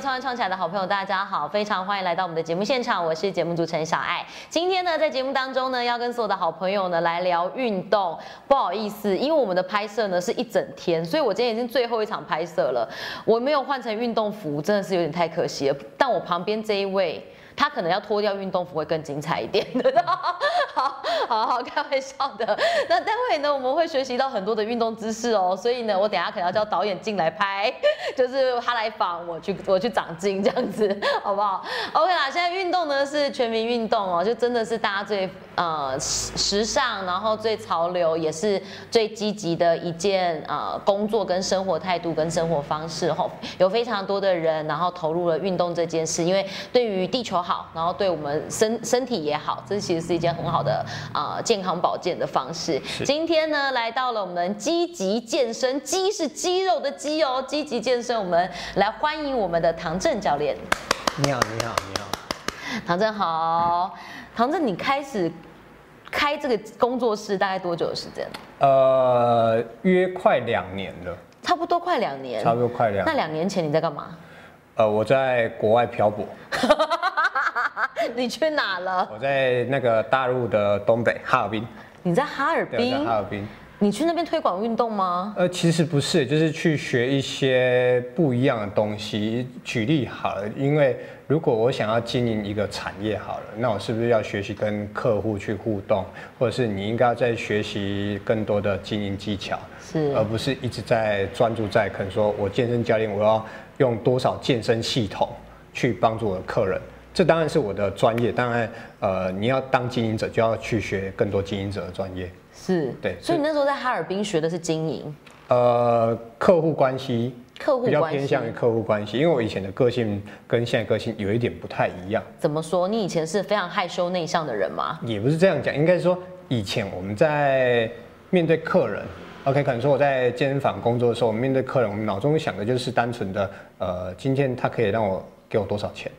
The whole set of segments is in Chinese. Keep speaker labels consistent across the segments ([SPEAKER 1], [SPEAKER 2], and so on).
[SPEAKER 1] 创业创起来的好朋友，大家好，非常欢迎来到我们的节目现场，我是节目主持人小爱。今天呢，在节目当中呢，要跟所有的好朋友呢来聊运动。不好意思，因为我们的拍摄呢是一整天，所以我今天已经最后一场拍摄了，我没有换成运动服，真的是有点太可惜了。但我旁边这一位。他可能要脱掉运动服会更精彩一点 的，好 好好，开玩笑的。 那待会呢，我们会学习到很多的运动知识哦，所以呢，我等一下可能要叫导演进来拍， 就是他来访我去我去长进这样子， 好不好？OK 啦，现在运动呢是全民运动哦，就真的是大家最呃时时尚，然后最潮流，也是最积极的一件呃工作跟生活态度跟生活方式哦，有非常多的人然后投入了运动这件事，因为对于地球好，然后对我们身身体也好，这其实是一件很好的啊、呃、健康保健的方式。今天呢，来到了我们积极健身，肌是肌肉的肌哦，积极健身，我们来欢迎我们的唐正教练。
[SPEAKER 2] 你好，你好，你好。
[SPEAKER 1] 唐正好，唐正，你开始开这个工作室大概多久的时间？
[SPEAKER 2] 呃，约快两年了，
[SPEAKER 1] 差不多快两年。
[SPEAKER 2] 差不多快两
[SPEAKER 1] 哦那。两年前你在干嘛？
[SPEAKER 2] 呃，我在国外漂泊，
[SPEAKER 1] 你去哪了？
[SPEAKER 2] 我在那个大陆的东北哈尔滨，
[SPEAKER 1] 你在哈尔
[SPEAKER 2] 对，我在
[SPEAKER 1] 滨
[SPEAKER 2] 哈？尔滨。
[SPEAKER 1] 你去那边推广运动吗？
[SPEAKER 2] 呃，其实不是，就是去学一些不一样的东西。举例好了，因为如果我想要经营一个产业好了，那我是不是要学习跟客户去互动，或者是你应该要再学习更多的经营技巧，
[SPEAKER 1] 是
[SPEAKER 2] 而不是一直在专注在可能说我健身教练我要用多少健身系统去帮助我的客人。这当然是我的专业，当然，呃，你要当经营者就要去学更多经营者的专业。
[SPEAKER 1] 是，
[SPEAKER 2] 对
[SPEAKER 1] 所以你那时候在哈尔滨学的是经营，
[SPEAKER 2] 呃，客户关系，
[SPEAKER 1] 客户
[SPEAKER 2] 比较
[SPEAKER 1] 关
[SPEAKER 2] 偏
[SPEAKER 1] 系
[SPEAKER 2] 向于客户关系，因为我以前的个性跟现在个性有一点不太一样，
[SPEAKER 1] 怎么说？你以前是非常害羞内向的人吗？
[SPEAKER 2] 也不是这样讲，应该是说以前我们在面对客人，OK，可能说我在健身房工作的时候，我们面对客人，我们脑中想的就是单纯的，呃，今天他可以让我给我多少钱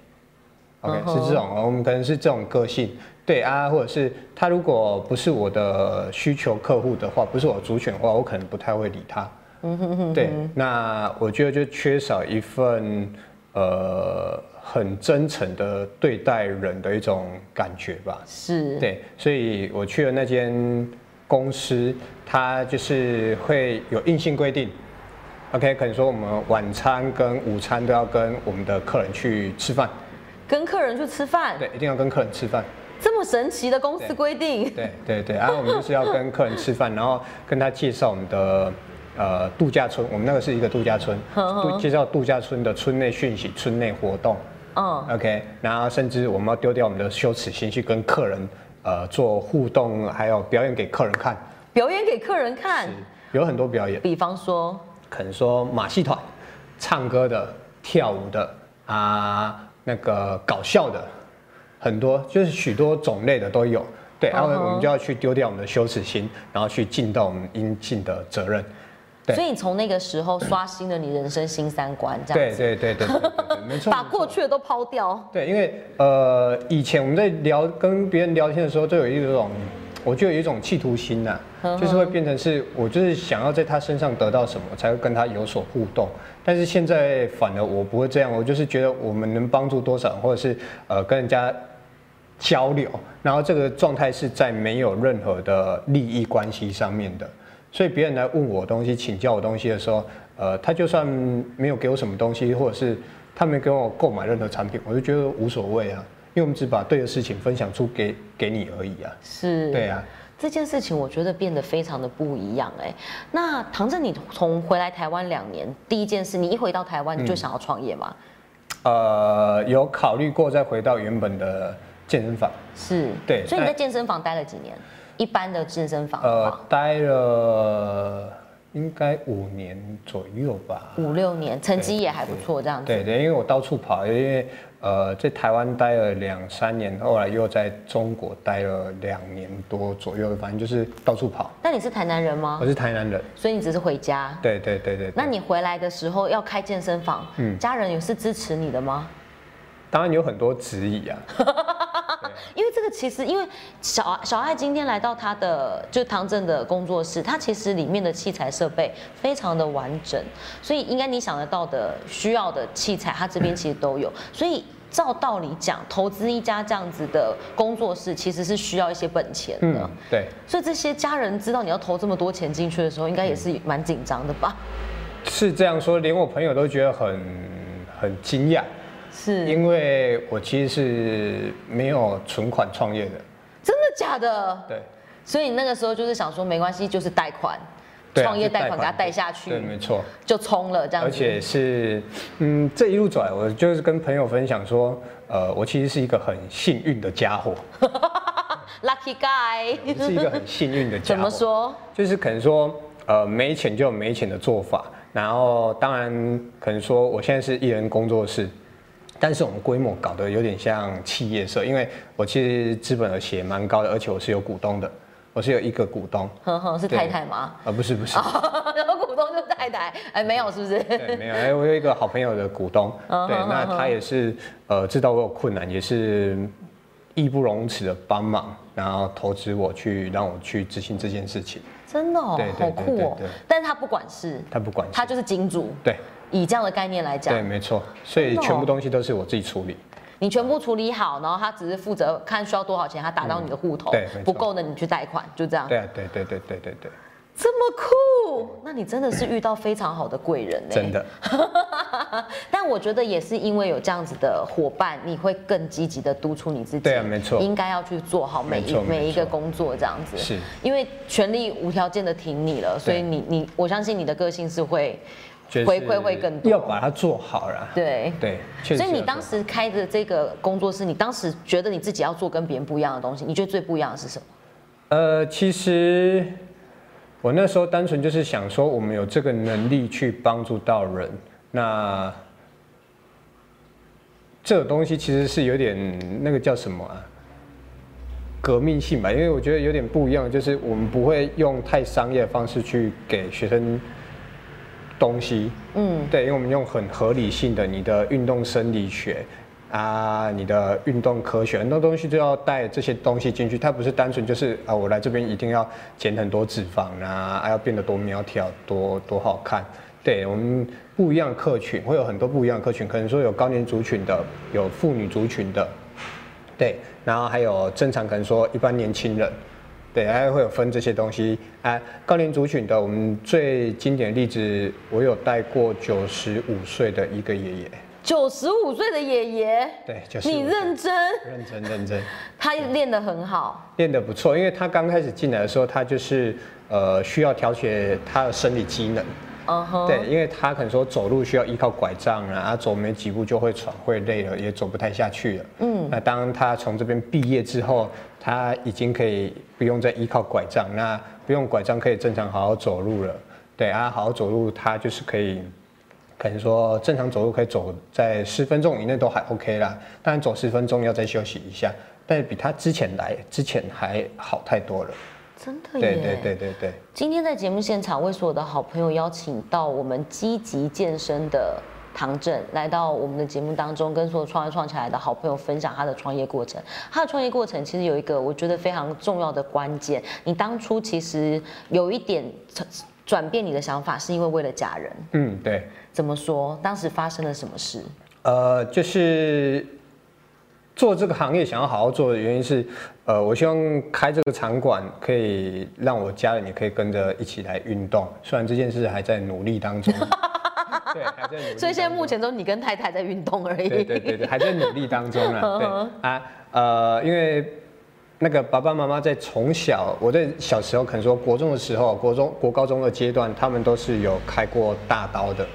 [SPEAKER 2] ，OK，、
[SPEAKER 1] 嗯哼
[SPEAKER 2] 是这种，呃我们可能是这种个性。对啊，或者是他如果不是我的需求客户的话，不是我主选的话，我可能不太会理他。
[SPEAKER 1] 嗯
[SPEAKER 2] 对，那我觉得就缺少一份呃很真诚的对待人的一种感觉吧。
[SPEAKER 1] 是，
[SPEAKER 2] 对，所以我去了那间公司，它就是会有硬性规定。OK，可能说我们晚餐跟午餐都要跟我们的客人去吃饭，
[SPEAKER 1] 跟客人去吃饭，
[SPEAKER 2] 对，一定要跟客人吃饭。
[SPEAKER 1] 这么神奇的公司规定，
[SPEAKER 2] 对对对，啊然后我们就是要跟客人吃饭，然后跟他介绍我们的呃度假村，我们那个是一个度假村，度介绍度假村的村内讯息、村内活动
[SPEAKER 1] 嗯，
[SPEAKER 2] ，OK，然后甚至我们要丢掉我们的羞耻心去跟客人呃做互动，还有表演给客人看，
[SPEAKER 1] 表演给客人看，
[SPEAKER 2] 有很多表演，
[SPEAKER 1] 比方说，
[SPEAKER 2] 可能说马戏团、唱歌的、跳舞的啊，那个搞笑的，很多就是许多种类的都有。对，然后
[SPEAKER 1] 嗯哼
[SPEAKER 2] 我们就要去丢掉我们的羞耻心，然后去尽到我们应尽的责任。对
[SPEAKER 1] 所以你从那个时候刷新了你人生新三观，这样
[SPEAKER 2] 对
[SPEAKER 1] 子，
[SPEAKER 2] 对对对对对对，没 错。
[SPEAKER 1] 把
[SPEAKER 2] 没错
[SPEAKER 1] 过去的都抛掉，
[SPEAKER 2] 对，因为呃，以前我们在聊跟别人聊天的时候，都有一种，我就有一种企图心呐、
[SPEAKER 1] 嗯哼
[SPEAKER 2] 就是会变成是我就是想要在他身上得到什么，才会跟他有所互动。但是现在反而我不会这样，我就是觉得我们能帮助多少，或者是呃跟人家交流，然后这个状态是在没有任何的利益关系上面的。所以别人来问我东西、请教我东西的时候，呃，他就算没有给我什么东西，或者是他没跟我购买任何产品，我就觉得无所谓啊，因为我们只把对的事情分享出给给你而已啊。
[SPEAKER 1] 是，
[SPEAKER 2] 对啊，
[SPEAKER 1] 这件事情我觉得变得非常的不一样哎、那唐振，你从回来台湾两年，第一件事，你一回到台湾
[SPEAKER 2] 嗯
[SPEAKER 1] 你就想要创业吗？
[SPEAKER 2] 呃，有考虑过再回到原本的健身房，
[SPEAKER 1] 是，
[SPEAKER 2] 对
[SPEAKER 1] 所以你在
[SPEAKER 2] 但
[SPEAKER 1] 健身房待了几年？一般的健身房的
[SPEAKER 2] 呃
[SPEAKER 1] 话，，
[SPEAKER 2] 待了应该五年左右吧。
[SPEAKER 1] 五六年，成绩也还不错，这样子。
[SPEAKER 2] 对对，因为我到处跑，因为呃在台湾待了两三年，后来又在中国待了两年多左右，反正就是到处跑。
[SPEAKER 1] 那你是台南人吗
[SPEAKER 2] 我？是台南人，
[SPEAKER 1] 所以你只是回家。
[SPEAKER 2] 对对对对。对嗯
[SPEAKER 1] 那你回来的时候要开健身房，家人也是支持你的吗？
[SPEAKER 2] 当然有很多质疑啊，
[SPEAKER 1] 因为这个其实因为小小爱今天来到他的就唐振的工作室，他其实里面的器材设备非常的完整，所以应该你想得到的需要的器材，他这边其实都有，所以。照道理讲，投资一家这样子的工作室，其实是需要一些本钱的。
[SPEAKER 2] 嗯，对，
[SPEAKER 1] 所以这些家人知道你要投这么多钱进去的时候，应该也是蛮紧张的吧？
[SPEAKER 2] 是这样说，连我朋友都觉得很很惊讶，
[SPEAKER 1] 是，
[SPEAKER 2] 因为我其实是没有存款创业的，
[SPEAKER 1] 真的假的？
[SPEAKER 2] 对，
[SPEAKER 1] 所以你那个时候就是想说，没关系，就是贷款，
[SPEAKER 2] 对啊
[SPEAKER 1] 创业
[SPEAKER 2] 就贷
[SPEAKER 1] 贷款给他
[SPEAKER 2] 款
[SPEAKER 1] 贷下去，
[SPEAKER 2] 对，没错。
[SPEAKER 1] 就冲了这样
[SPEAKER 2] 而
[SPEAKER 1] 子。
[SPEAKER 2] 且是，嗯，这一路走来，我就是跟朋友分享说，呃，我其实是一个很幸运的家伙，
[SPEAKER 1] Lucky guy，
[SPEAKER 2] 是一个很幸运的 家伙。
[SPEAKER 1] 怎么？说？
[SPEAKER 2] 就是可能说，呃，没钱就有没钱的做法，然后当然可能说，我现在是艺人工作室。但是我们规模搞得有点像企业社，因为我其实资本额也蛮高的，而且我是有股东的，我是有一个股东，
[SPEAKER 1] 呵呵，是
[SPEAKER 2] 对
[SPEAKER 1] 太太吗？
[SPEAKER 2] 呃，不是不是，
[SPEAKER 1] 然后股东就太太，哎，没有，是不是？
[SPEAKER 2] 对，没有，哎，我有一个好朋友的股东，
[SPEAKER 1] 嗯
[SPEAKER 2] 对，
[SPEAKER 1] 哼
[SPEAKER 2] 那他也是呃知道我有困难，也是义不容辞的帮忙，然后投资我去让我去执行这件事情，
[SPEAKER 1] 真的哦
[SPEAKER 2] 对，对
[SPEAKER 1] 好
[SPEAKER 2] 对
[SPEAKER 1] 酷哦
[SPEAKER 2] 对对。
[SPEAKER 1] 但是他不管事，
[SPEAKER 2] 他不管，
[SPEAKER 1] 他就是金主。
[SPEAKER 2] 对
[SPEAKER 1] 以这样的概念来讲
[SPEAKER 2] 对，，没错，所以
[SPEAKER 1] 真的哦
[SPEAKER 2] 全部东西都是我自己处理，
[SPEAKER 1] 你全部处理好，然后他只是负责看需要多少钱，他打到你的户头，
[SPEAKER 2] 嗯对没错
[SPEAKER 1] 不够的你去贷款，就这样。
[SPEAKER 2] 对啊，对对对对对对，
[SPEAKER 1] 这么酷，那你真的是遇到非常好的贵人呢、欸
[SPEAKER 2] 真。的，
[SPEAKER 1] 但我觉得也是因为有这样子的伙伴，你会更积极的督促你自己。
[SPEAKER 2] 对啊没错
[SPEAKER 1] 应该要去做好每
[SPEAKER 2] 没
[SPEAKER 1] 一
[SPEAKER 2] 错
[SPEAKER 1] 每一
[SPEAKER 2] 没
[SPEAKER 1] 个
[SPEAKER 2] 错
[SPEAKER 1] 工作这样子。
[SPEAKER 2] 是，
[SPEAKER 1] 因为权力无条件的挺你了，所以
[SPEAKER 2] 对
[SPEAKER 1] 你你我相信你的个性是会
[SPEAKER 2] 就是
[SPEAKER 1] 回馈会更多
[SPEAKER 2] 要把它做好啦，
[SPEAKER 1] 对。
[SPEAKER 2] 对，确实
[SPEAKER 1] 所以你
[SPEAKER 2] 要
[SPEAKER 1] 当
[SPEAKER 2] 做
[SPEAKER 1] 时开的这个工作室，你当时觉得你自己要做跟别人不一样的东西，你觉得最不一样的是什么？
[SPEAKER 2] 呃，其实我那时候单纯就是想说，我们有这个能力去帮助到人，那这个东西其实是有点那个叫什么啊？革命性吧，因为我觉得有点不一样，就是我们不会用太商业的方式去给学生东西，
[SPEAKER 1] 嗯，
[SPEAKER 2] 对，因为我们用很合理性的你的运动生理学啊，你的运动科学很多东西都要带这些东西进去，它不是单纯就是啊，我来这边一定要减很多脂肪啊，啊要变得多苗条、多多好看。对我们不一样的客群会有很多不一样的客群，可能说有高年族群的，有妇女族群的，对，然后还有正常可能说一般年轻人，对，还会有分这些东西。哎、高龄族群的，我们最经典的例子，我有带过九十五岁的一个爷爷，
[SPEAKER 1] 九十五岁的爷爷，
[SPEAKER 2] 对，就是
[SPEAKER 1] 你认真，
[SPEAKER 2] 认真认真，
[SPEAKER 1] 他练得很好，
[SPEAKER 2] 练得不错，因为他刚开始进来的时候，他就是呃需要调节他的生理机能。
[SPEAKER 1] 嗯哼，
[SPEAKER 2] 对，因为他可能说走路需要依靠拐杖啊，啊走没几步就会喘，会累了，也走不太下去了。嗯，那当他从这边毕业之后，他已经可以不用再依靠拐杖，那不用拐杖可以正常好好走路了。对啊，好好走路，他就是可以，可能说正常走路可以走在十分钟以内都还 OK 啦，当然走十分钟要再休息一下，但是比他之前来之前还好太多了。
[SPEAKER 1] 真的耶。
[SPEAKER 2] 对对对对对。
[SPEAKER 1] 今天在节目现场，为所有的好朋友邀请到我们积极健身的唐振来到我们的节目当中，跟所有创业创起来的好朋友分享他的创业过程。他的创业过程其实有一个我觉得非常重要的关键，你当初其实有一点转变你的想法，是因为为了家人。
[SPEAKER 2] 嗯，对。
[SPEAKER 1] 怎么说？当时发生了什么事？
[SPEAKER 2] 呃，就是做这个行业想要好好做的原因是，呃，我希望开这个场馆可以让我家人也可以跟着一起来运动，虽然这件事还在努力当 中。 对，还在努力当中。
[SPEAKER 1] 所以现在目前都你跟太太在运动而已。
[SPEAKER 2] 对对对对，还在努力当中 啊。对啊，呃，因为那个爸爸妈妈在从小，我在小时候可能说国中的时候，国中国高中的阶段，他们都是有开过大刀的。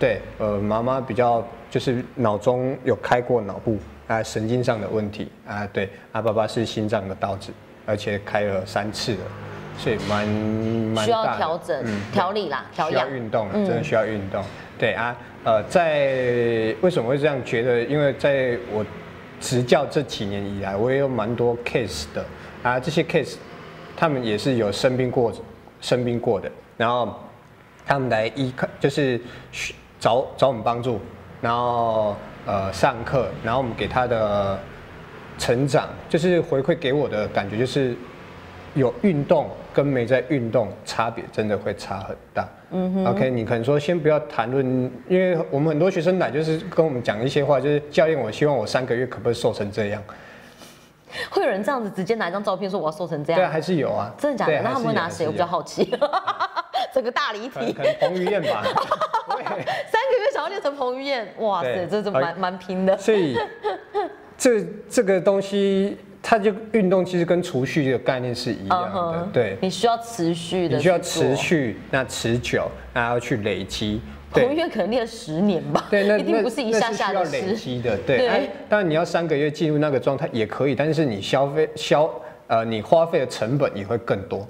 [SPEAKER 2] 对，呃，妈妈比较就是脑中有开过脑部啊，神经上的问题啊，对啊，爸爸是心脏的刀子，而且开了三次了，所以蛮蛮
[SPEAKER 1] 需
[SPEAKER 2] 大
[SPEAKER 1] 要
[SPEAKER 2] 的
[SPEAKER 1] 调整、
[SPEAKER 2] 嗯
[SPEAKER 1] 调理啦，调
[SPEAKER 2] 需要
[SPEAKER 1] 养。
[SPEAKER 2] 运动，
[SPEAKER 1] 嗯
[SPEAKER 2] 真的需要运动。对啊，呃，在为什么会这样觉得？因为在我执教这几年以来，我也有蛮多 case 的啊，这些 case 他们也是有生病过、生病过的，然后他们来依靠就是去找找我们帮助，然后呃上课，然后我们给他的成长，就是回馈给我的感觉就是有运动跟没在运动差别真的会差很大。嗯哼，OK，你可能说先不要谈论，因为我们很多学生来就是跟我们讲一些话，就是教练，我希望我三个月可不可以瘦成这样？
[SPEAKER 1] 会有人这样子直接拿一张照片说我要瘦成这
[SPEAKER 2] 对啊，
[SPEAKER 1] 样？
[SPEAKER 2] 还是有啊。
[SPEAKER 1] 真的假
[SPEAKER 2] 对
[SPEAKER 1] 的？
[SPEAKER 2] 啊
[SPEAKER 1] 那他们会拿谁？我比较。
[SPEAKER 2] 还是有还是有
[SPEAKER 1] 好奇。 整个大离
[SPEAKER 2] 可能
[SPEAKER 1] 题
[SPEAKER 2] 可，能彭于 晏吧。对
[SPEAKER 1] 三个月想要练成彭于晏，哇塞，
[SPEAKER 2] 对
[SPEAKER 1] 这是蛮蛮拼的。
[SPEAKER 2] 所以这这个东西，它就运动其实跟储蓄的概念是一样的
[SPEAKER 1] 嗯哼
[SPEAKER 2] 对，
[SPEAKER 1] 你需要持续的，
[SPEAKER 2] 你需要持。续，那持久，那要去累积，
[SPEAKER 1] 彭于
[SPEAKER 2] 对。
[SPEAKER 1] 晏可能练十年吧，
[SPEAKER 2] 对，那
[SPEAKER 1] 一定
[SPEAKER 2] 那
[SPEAKER 1] 不是一
[SPEAKER 2] 那
[SPEAKER 1] 下下
[SPEAKER 2] 需要
[SPEAKER 1] 的
[SPEAKER 2] 累
[SPEAKER 1] 事。
[SPEAKER 2] 积的，对。
[SPEAKER 1] 对
[SPEAKER 2] 哎当然你要三个月进入那个状态也可以，但是你消费消呃你花费的成本也会更多。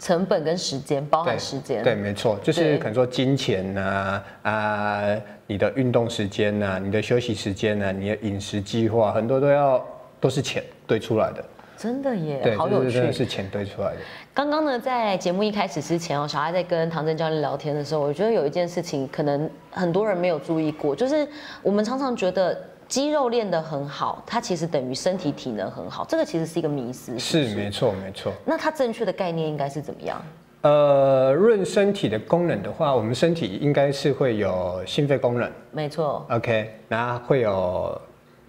[SPEAKER 1] 成本跟时间，包
[SPEAKER 2] 对
[SPEAKER 1] 含时间。
[SPEAKER 2] 对，没错，
[SPEAKER 1] 对
[SPEAKER 2] 就是可能说金钱呐啊、你的运动时间呐、你的休息时间呐、你的饮食计划，很多都要都是钱堆出来的。
[SPEAKER 1] 真的耶，
[SPEAKER 2] 对，
[SPEAKER 1] 好
[SPEAKER 2] 这
[SPEAKER 1] 有
[SPEAKER 2] 是真的
[SPEAKER 1] 趣。
[SPEAKER 2] 是钱堆出来的。
[SPEAKER 1] 刚刚呢，在节目一开始之前哦，小艾在跟唐真教练聊天的时候，我觉得有一件事情可能很多人没有注意过，就是我们常常觉得肌肉练得很好，它其实等于身体体能很好，这个其实是一个迷思。
[SPEAKER 2] 是，没错，没错。
[SPEAKER 1] 那它正确的概念应该是怎么样？
[SPEAKER 2] 呃，论身体的功能的话，我们身体应该是会有心肺功能
[SPEAKER 1] 没错，
[SPEAKER 2] ，OK，那会有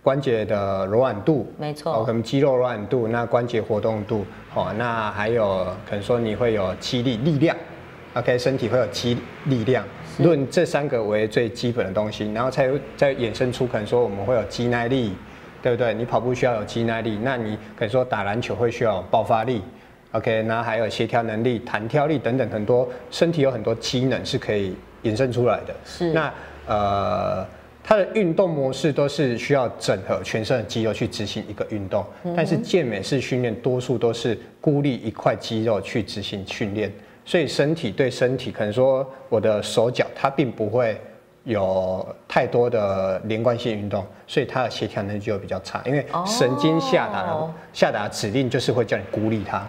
[SPEAKER 2] 关节的柔软度，
[SPEAKER 1] 没
[SPEAKER 2] 哦，
[SPEAKER 1] 错
[SPEAKER 2] 可，能肌肉柔软度，那关节活动度，哦，那还有可能说你会有肌力力量，OK，身体会有肌力量，
[SPEAKER 1] 是
[SPEAKER 2] 论这三个为最基本的东西，然后才有再衍生出可能说我们会有肌耐力，对不对？你跑步需要有肌耐力，那你可能说打篮球会需要有爆发力，OK，那还有协调能力、弹跳力等等很多，身体有很多机能是可以衍生出来的。
[SPEAKER 1] 是
[SPEAKER 2] 那呃，它的运动模式都是需要整合全身的肌肉去执行一个运动，但是健美式训练多数都是孤立一块肌肉去执行训练，所以身体对身体，可能说我的手脚它并不会。有太多的连贯性运动，所以它的协调能力就会比较差，因为神经下达的、
[SPEAKER 1] 哦
[SPEAKER 2] 下达指令就是会叫你孤立它。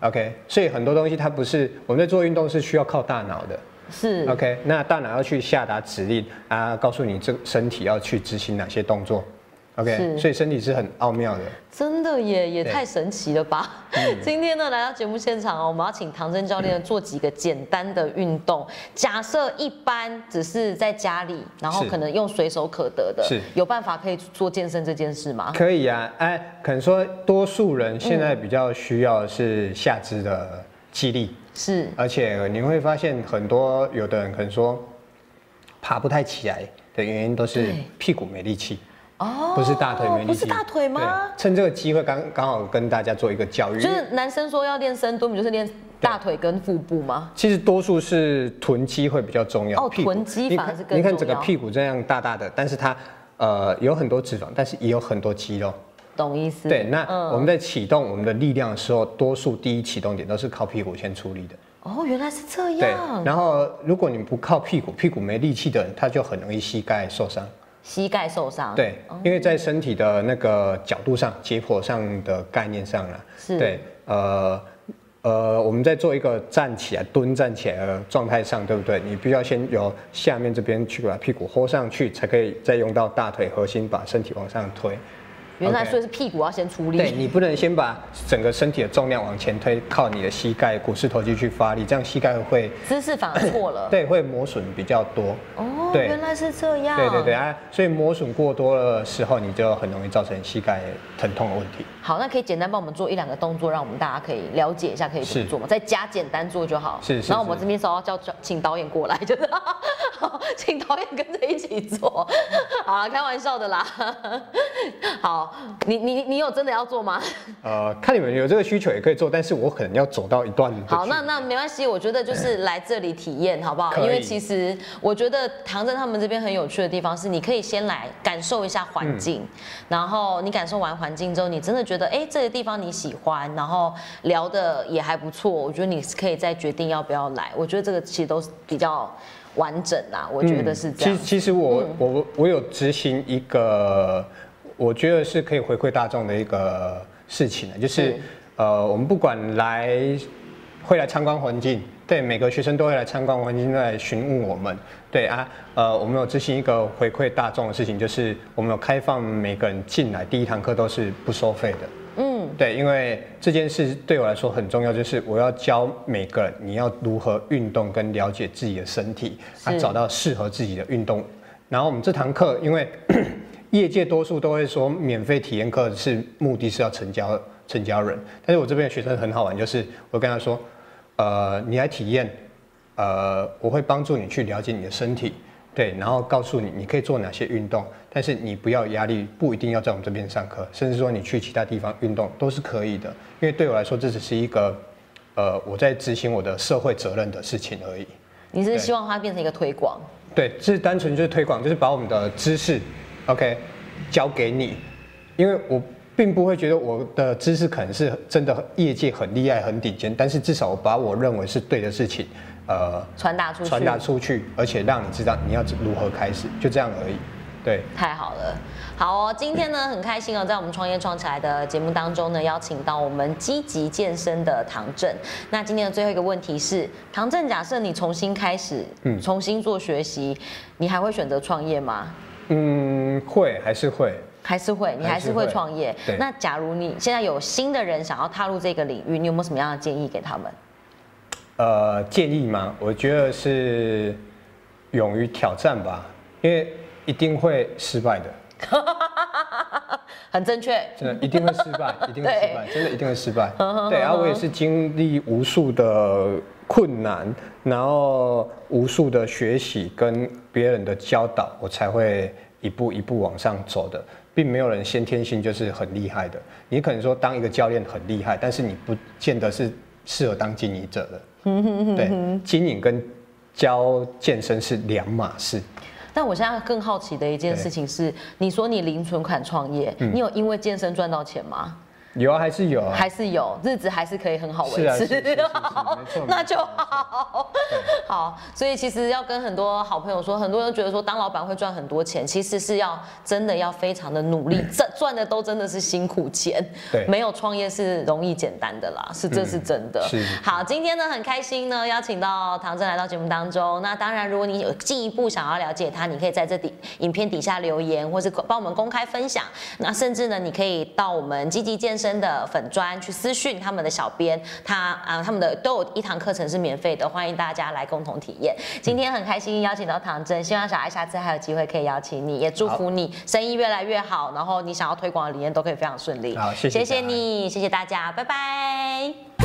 [SPEAKER 2] OK，所以很多东西它不是我们在做运动是需要靠大脑的，
[SPEAKER 1] 是
[SPEAKER 2] OK，那大脑要去下达指令啊，告诉你这个身体要去执行哪些动作。
[SPEAKER 1] 是
[SPEAKER 2] OK，所以身体是很奥妙的。
[SPEAKER 1] 真的耶，也
[SPEAKER 2] 对嗯
[SPEAKER 1] 太神奇了吧！ 今天呢，来到节目现场哦，我们要请唐真教练做几个简单的运动。假设一般只是在家里，然后
[SPEAKER 2] 是
[SPEAKER 1] 可能用随手可得的
[SPEAKER 2] 是，
[SPEAKER 1] 有办法可以做健身这件事吗？
[SPEAKER 2] 可以啊，哎，可能说多数人现
[SPEAKER 1] 嗯
[SPEAKER 2] 在比较需要的是下肢的肌力，
[SPEAKER 1] 是
[SPEAKER 2] 而且你会发现很多有的人可能说爬不太起来的原因都是
[SPEAKER 1] 对
[SPEAKER 2] 屁股没力气。
[SPEAKER 1] 哦
[SPEAKER 2] 不是大腿没
[SPEAKER 1] 不
[SPEAKER 2] 力气，
[SPEAKER 1] 是大腿吗
[SPEAKER 2] 对？趁这个机会刚刚好跟大家做一个教育，
[SPEAKER 1] 就
[SPEAKER 2] 因为
[SPEAKER 1] 是男生说要练深蹲，不就是练大腿跟腹部吗？
[SPEAKER 2] 其实多数是臀肌会比较重要，
[SPEAKER 1] 哦
[SPEAKER 2] 屁股
[SPEAKER 1] 臀肌
[SPEAKER 2] 你
[SPEAKER 1] 反
[SPEAKER 2] 看
[SPEAKER 1] 而是更
[SPEAKER 2] 你看
[SPEAKER 1] 重
[SPEAKER 2] 整个
[SPEAKER 1] 要
[SPEAKER 2] 屁股这样大大的，但是它呃有很多脂肪，但是也有很多肌肉。
[SPEAKER 1] 懂意思？
[SPEAKER 2] 对，那
[SPEAKER 1] 嗯
[SPEAKER 2] 我们在启动我们的力量的时候，多数第一启动点都是靠屁股先出力的。
[SPEAKER 1] 哦，原来是这
[SPEAKER 2] 对
[SPEAKER 1] 样，。
[SPEAKER 2] 然后如果你不靠屁股，屁股没力气的人，他就很容易膝盖受伤。
[SPEAKER 1] 膝盖受伤，哦
[SPEAKER 2] 对，因为在身体的那个角度上、解剖上的概念上啊，
[SPEAKER 1] 是
[SPEAKER 2] 对，呃呃，我们在做一个站起来、蹲站起来的状态上，对不对？你必须要先由下面这边去把屁股豁上去，才可以再用到大腿核心把身体往上推。
[SPEAKER 1] 原来
[SPEAKER 2] OK
[SPEAKER 1] 所以是屁股要先出
[SPEAKER 2] 对
[SPEAKER 1] 力，
[SPEAKER 2] 你不能先把整个身体的重量往前推，靠你的膝盖、股四头肌去发力，这样膝盖会
[SPEAKER 1] 姿势反而错了。
[SPEAKER 2] 对会磨损比较多。
[SPEAKER 1] 哦，
[SPEAKER 2] 对
[SPEAKER 1] 原来是这样。
[SPEAKER 2] 对对对啊，所以磨损过多的时候，你就很容易造成膝盖疼痛的问题。
[SPEAKER 1] 好，那可以简单帮我们做一两个动作，让我们大家可以了解一下可以怎么
[SPEAKER 2] 是
[SPEAKER 1] 做吗？在家简单做就好。
[SPEAKER 2] 是是
[SPEAKER 1] 然后我们
[SPEAKER 2] 是
[SPEAKER 1] 这边稍要叫叫请导演过来，就是 好请导演跟着一起做。 好啦，开玩笑的啦。 好，你你你有真的要做吗？
[SPEAKER 2] 呃，看你们有这个需求也可以做，但是我可能要走到一段的距离。
[SPEAKER 1] 好，那哎那没关系，我觉得就是来这里体验，好不好？
[SPEAKER 2] 可以
[SPEAKER 1] 因为其实我觉得唐真他们这边很有趣的地方是，你可以先来感受一下环境，嗯然后你感受完环境之后，你真的觉得哎、诶这个地方你喜欢，然后聊的也还不错，我觉得你是可以再决定要不要来。我觉得这个其实都是比较完整啦，我觉得是这
[SPEAKER 2] 其
[SPEAKER 1] 样嗯
[SPEAKER 2] 实。其实我、我我有执行一个，我觉得是可以回馈大众的一个事情的，就是
[SPEAKER 1] 是
[SPEAKER 2] 呃，我们不管来会来参观环境，对，每个学生都会来参观环境，都来询问我们，对啊，呃，我们有执行一个回馈大众的事情，就是我们有开放每个人进来第一堂课都是不收费的。
[SPEAKER 1] 嗯，
[SPEAKER 2] 对，因为这件事对我来说很重要，就是我要教每个人你要如何运动跟了解自己的身体，啊，
[SPEAKER 1] 是
[SPEAKER 2] 找到适合自己的运动。然后我们这堂课，因为 业界多数都会说免费体验课是目的是要成交成交人，但是我这边的学生很好玩，就是我跟他说，呃，你来体验，呃，我会帮助你去了解你的身体。对，然后告诉你你可以做哪些运动，但是你不要有压力，不一定要在我们这边上课，甚至说你去其他地方运动都是可以的，因为对我来说这只是一个，呃，我在执行我的社会责任的事情而已。
[SPEAKER 1] 你是
[SPEAKER 2] 对
[SPEAKER 1] 希望它变成一个推广，
[SPEAKER 2] 对，这是单纯就是推广，就是把我们的知识，OK，交给你，因为我并不会觉得我的知识可能是真的业界很厉害、很顶尖，但是至少我把我认为是对的事情，呃，
[SPEAKER 1] 传达出去，
[SPEAKER 2] 传达出去，而且让你知道你要如何开始，就这样而已。对，
[SPEAKER 1] 太好了，好哦！今天呢很开心哦，在我们创业创起来的节目当中呢，邀请到我们积极健身的唐振。那今天的最后一个问题是，唐振，假设你重新开始，
[SPEAKER 2] 嗯
[SPEAKER 1] 重新做学习，你还会选择创业吗？
[SPEAKER 2] 嗯，会还是会，
[SPEAKER 1] 还是会，你还
[SPEAKER 2] 还
[SPEAKER 1] 是
[SPEAKER 2] 是
[SPEAKER 1] 会
[SPEAKER 2] 会
[SPEAKER 1] 创业
[SPEAKER 2] 对。
[SPEAKER 1] 那假如你现在有新的人想要踏入这个领域，你有没有什么样的建议给他们？
[SPEAKER 2] 呃，建议吗？我觉得是勇于挑战吧，因为一定会失败的，
[SPEAKER 1] 很正确，
[SPEAKER 2] 真的一定会失败，一定会失败，真的一定会失败。对，啊然后我也是经历无数的困难，然后无数的学习跟别人的教导，我才会一步一步往上走的。并没有人先天性就是很厉害的，你可能说当一个教练很厉害，但是你不见得是适合当经营者的。对，经营跟教健身是两码事。
[SPEAKER 1] 但我现在更好奇的一件
[SPEAKER 2] 对嗯
[SPEAKER 1] 事情是，你说你零存款创业，你有因为健身赚到钱吗？
[SPEAKER 2] 有啊，还是有啊，
[SPEAKER 1] 还是有日子，还是可以很好维
[SPEAKER 2] 是啊是
[SPEAKER 1] 持。
[SPEAKER 2] 是 是是没
[SPEAKER 1] 好
[SPEAKER 2] 错
[SPEAKER 1] 那就好。好，所以其实要跟很多好朋友说，很多人觉得说当老板会赚很多钱，其实是要真的要非常的努力，赚赚的都真的是辛苦钱。
[SPEAKER 2] 嗯对嗯
[SPEAKER 1] 没有创业是容易简单的啦，是这是真的。
[SPEAKER 2] 是
[SPEAKER 1] 好，今天呢很开心呢，邀请到唐真来到节目当中。那当然，如果你有进一步想要了解他，你可以在这底影片底下留言，或是帮我们公开分享。那甚至呢，你可以到我们积极健身的粉专去私讯他们的小编，他啊他们的都有一堂课程是免费的，欢迎大家来共同体
[SPEAKER 2] 嗯
[SPEAKER 1] 验。今天很开心邀请到唐真，希望小爱下次还有机会可以邀请你，也祝福你生意越来越好，然后你想要推广的理念都可以非常顺利。
[SPEAKER 2] 好谢谢
[SPEAKER 1] 谢
[SPEAKER 2] 小
[SPEAKER 1] 谢
[SPEAKER 2] 爱
[SPEAKER 1] 你，谢谢大家，拜拜。